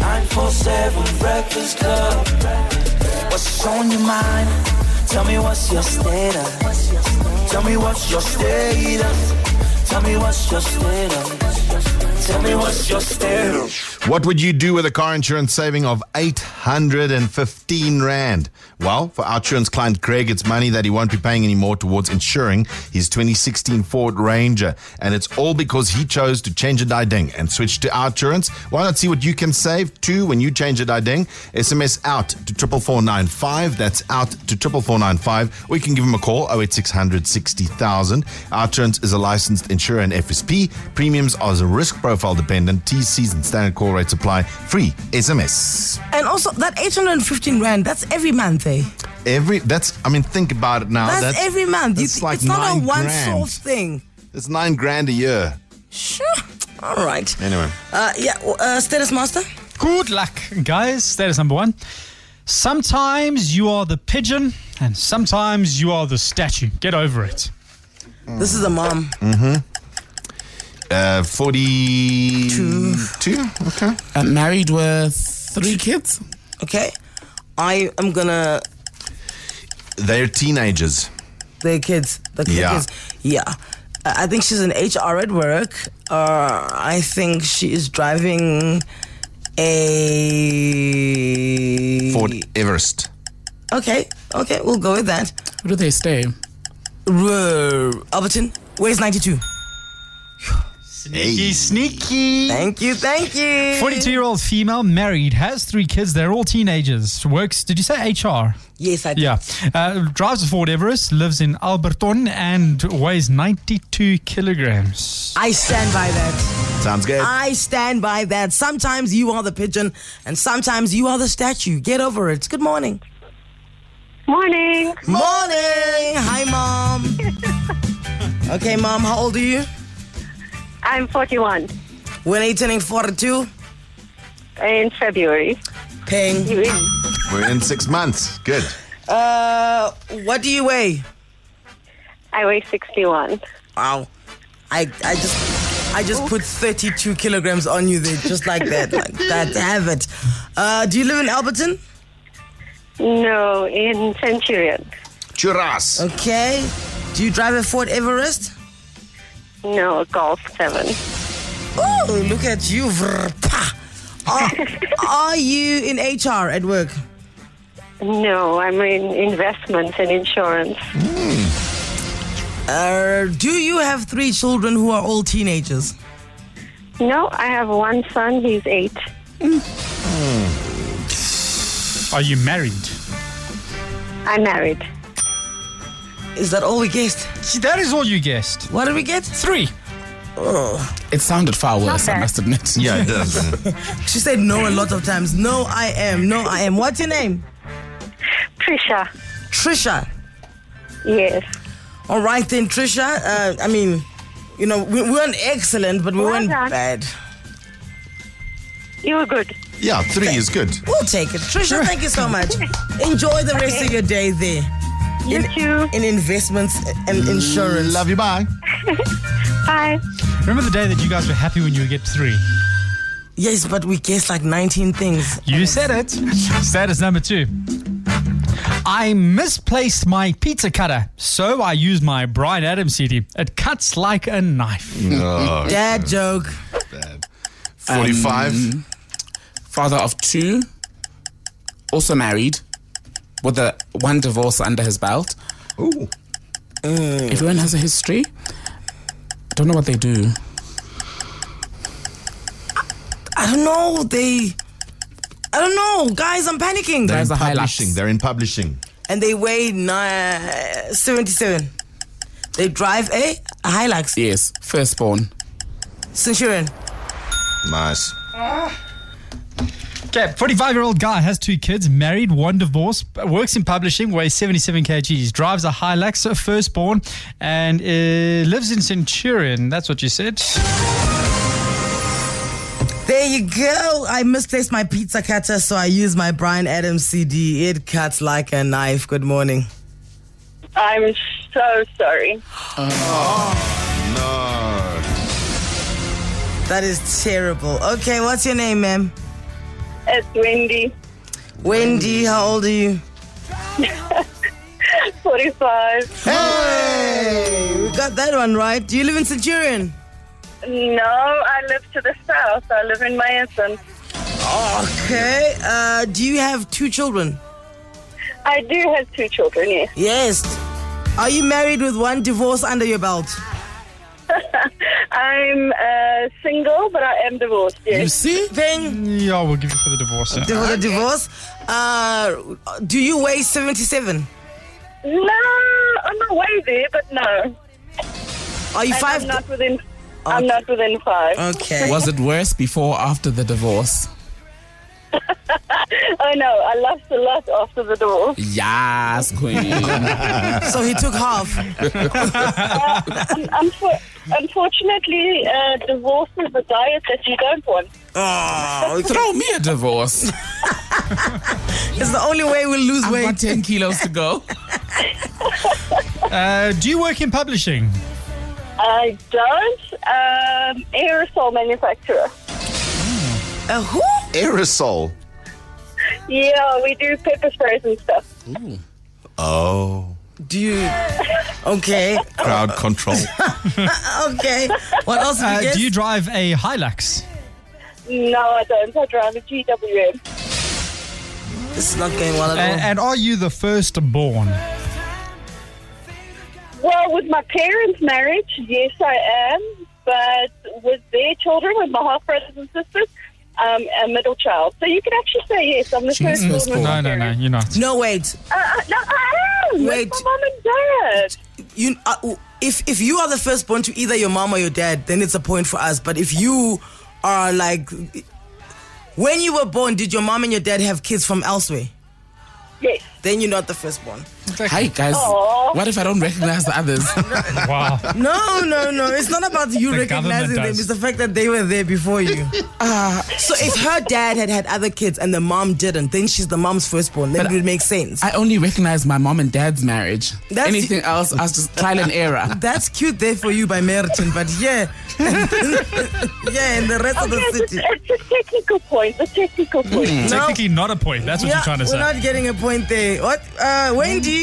947 Breakfast Club. What's on your mind? Tell me what's your status. Tell me what's your status. Tell me what's your status. Tell me what's your status. What would you do with a car insurance saving of 815 Rand? Well, for our insurance client Greg, it's money that he won't be paying anymore towards insuring his 2016 Ford Ranger. And it's all because he chose to change a ding and switch to our insurance. Why not see what you can save too when you change a ding? SMS out to 44495. That's out to 44495. Or you can give him a call 08600 60,000. Our insurance is a licensed insurer and FSP. Premiums are risk profile dependent. TCs and standard call rates apply. Free SMS. And also that 815 rand, that's every month, eh? Every that's I mean think about it now. that's, Oh, That's, every month. You that's th- like it's not a nine one grand. source thing. It's nine grand a year. Sure. All right. Anyway. Uh, yeah. w- Uh, status master. Good luck, guys. That is number one. Sometimes you are the pigeon, and sometimes you are the statue. Get over it. Mm. This is a mom. Uh forty two. Okay. Uh, married with three kids. Okay. I am gonna. They're teenagers. Their kids. The Yeah. kids. Yeah. Uh, I think she's an HR at work. Uh, I think she is driving a. Fort Everest. Okay. Okay. We'll go with that. Where do they stay? R- Alberton. Where's 92? Hey. Sneaky, sneaky. Thank you. Thank you. 42 year old female, married, has three kids. They're all teenagers. Works, did you say HR? Yes, I did. Yeah. Uh, drives a Ford Everest, lives in Alberton, and weighs 92 kilograms. I stand by that. Sounds good. I stand by that. Sometimes you are the pigeon and sometimes you are the statue. Get over it. Good morning. Morning. Morning. Hi, Mom. okay, Mom, how old are you? I'm 41 When are you turning 42? in February. Ping. We're in six months. Good. Uh, what do you weigh? I weigh 61. Wow. I, I just I just put 32 kilograms on you there, just like that. like that. Have it. Uh, do you live in Alberton? No, in Centurion. Churras. Okay. Do you drive a Ford Everest? No, Golf 7. Oh, look at you. Vrr, pa. Are, are you in HR at work? No, I'm in investments and insurance. Uh, do you have three children who are all teenagers? No, I have one son. He's eight. Are you married? I'm married. Is that all we guessed? See, that is all you guessed. What did we get? Three. It sounded far worse, I bad. must admit. Yeah, it does. She said no a lot of times. No, I am. No, I am. What's your name? Trisha. Trisha. Yes. All right then, Trisha. Uh, I mean, you know, we we weren't excellent, but we Well weren't done. bad. You were good. yeah, three is good. We'll take it. Trisha, thank you so much. Enjoy the rest of your day there You too. in investments and insurance. Love you. Bye. Bye. Remember the day that you guys were happy when you would get three? Yes, but we guessed like 19 things. You said it. Status number two. I misplaced my pizza cutter, so I used my Brian Adams CD. It cuts like a knife. No, Dad joke. bad. Uh, Forty-five. Father of two, also married, with a one divorce under his belt. Ooh. Mm. Everyone has a history. I don't know what they do. I don't know. They. I don't know, guys. I'm panicking. There's a high lapse. Publishing. They're in publishing. and they weigh ni- 77. They drive eh? a Hilux Yes, firstborn. Centurion. Nice. Okay, 45 year old guy has two kids, married, one divorce, works in publishing, weighs 77 kgs, drives a Hilux, a firstborn, and uh, lives in Centurion. That's what you said. There you go. I misplaced my pizza cutter, so I used my Brian Adams CD. It cuts like a knife. Good morning. I'm so sorry. No. That is terrible. Okay, what's your name, ma'am? It's Wendy, Wendy, how old are you? 45. Hey, we got that one right. Do you live in Centurion? No, I live to the south. I live in Mason. Okay. Uh, do you have two children? I do have two children, yes. Yes. Are you married with one divorce under your belt? I'm uh, single, but I am divorced, You yes. see? Thing Yeah, we'll give you for the divorce. yeah. for the divorce. Uh, do you weigh seventy-seven? No, on my way there, but no. Are you And five? Uh. I'm not within. I'm not within five. okay. Was it worse before or after the divorce? Oh no, I lost a lot after the divorce. Yes, queen. So he took half. Un- unfor- unfortunately, uh, divorce is a diet that you don't want. Ah, Throw me a divorce. It's the only way we'll lose I've got weight. 10 kilos to go. Uh, do you work in publishing? I don't. Um, aerosol manufacturer. Uh, who? Aerosol. Yeah, we do pepper sprays and stuff. Oh. Do you? Okay. Crowd control. Okay. What else? Did we Uh, get? do you drive a Hilux? No, I don't. I drive a GWM. This is not going well A- at all. and are you the firstborn? Well, with my parents' marriage, yes, I am. But with their children, with my half brothers and sisters, I'm a middle child. So you can actually say yes. I'm the She's first born. firstborn. with my No, no, no, parents. you're not. No, wait. Uh, uh, no, I am. Wait. With my mum and dad. You. Uh, if if you are the firstborn to either your mom or your dad, then it's a point for us. But if you are like, when you were born, did your mom and your dad have kids from elsewhere? Yes. Then you're not the firstborn. Hi, guys. Aw. What if I don't recognize the others? Wow. No, no, no. It's not about you The recognizing government them. does. It's the fact that they were there before you. Ah, so if her dad had had other kids and the mom didn't, then she's the mom's firstborn. Then But it would make sense. I only recognize my mom and dad's marriage. That's- Anything else, I was just trial and error. That's cute there for you by Merton, but yeah. yeah, in the rest of Okay, Oh, the Hmm. it's, city. a, it's a technical point. A technical point. Technically not a point. That's what Yeah, you're trying to we're say. not getting a point there. What? Uh, Wendy?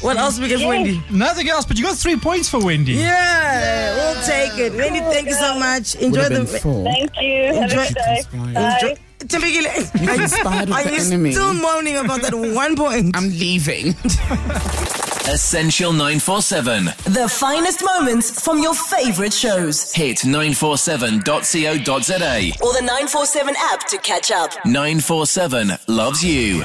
What else we get for Yes. Wendy? Nothing else, but you got three points for Wendy. Yeah, we'll take it. Wendy, thank you so much. Would Enjoy have been the. four. Thank you. Have a Enjoy- good day. Enjoy- Bye. Tembekile, You conspired with Are the you enemy. still moaning about that one point? I'm leaving. Essential 947. The finest moments from your favorite shows. Hit 947.co.za. Or the 947 app to catch up. 947 loves you.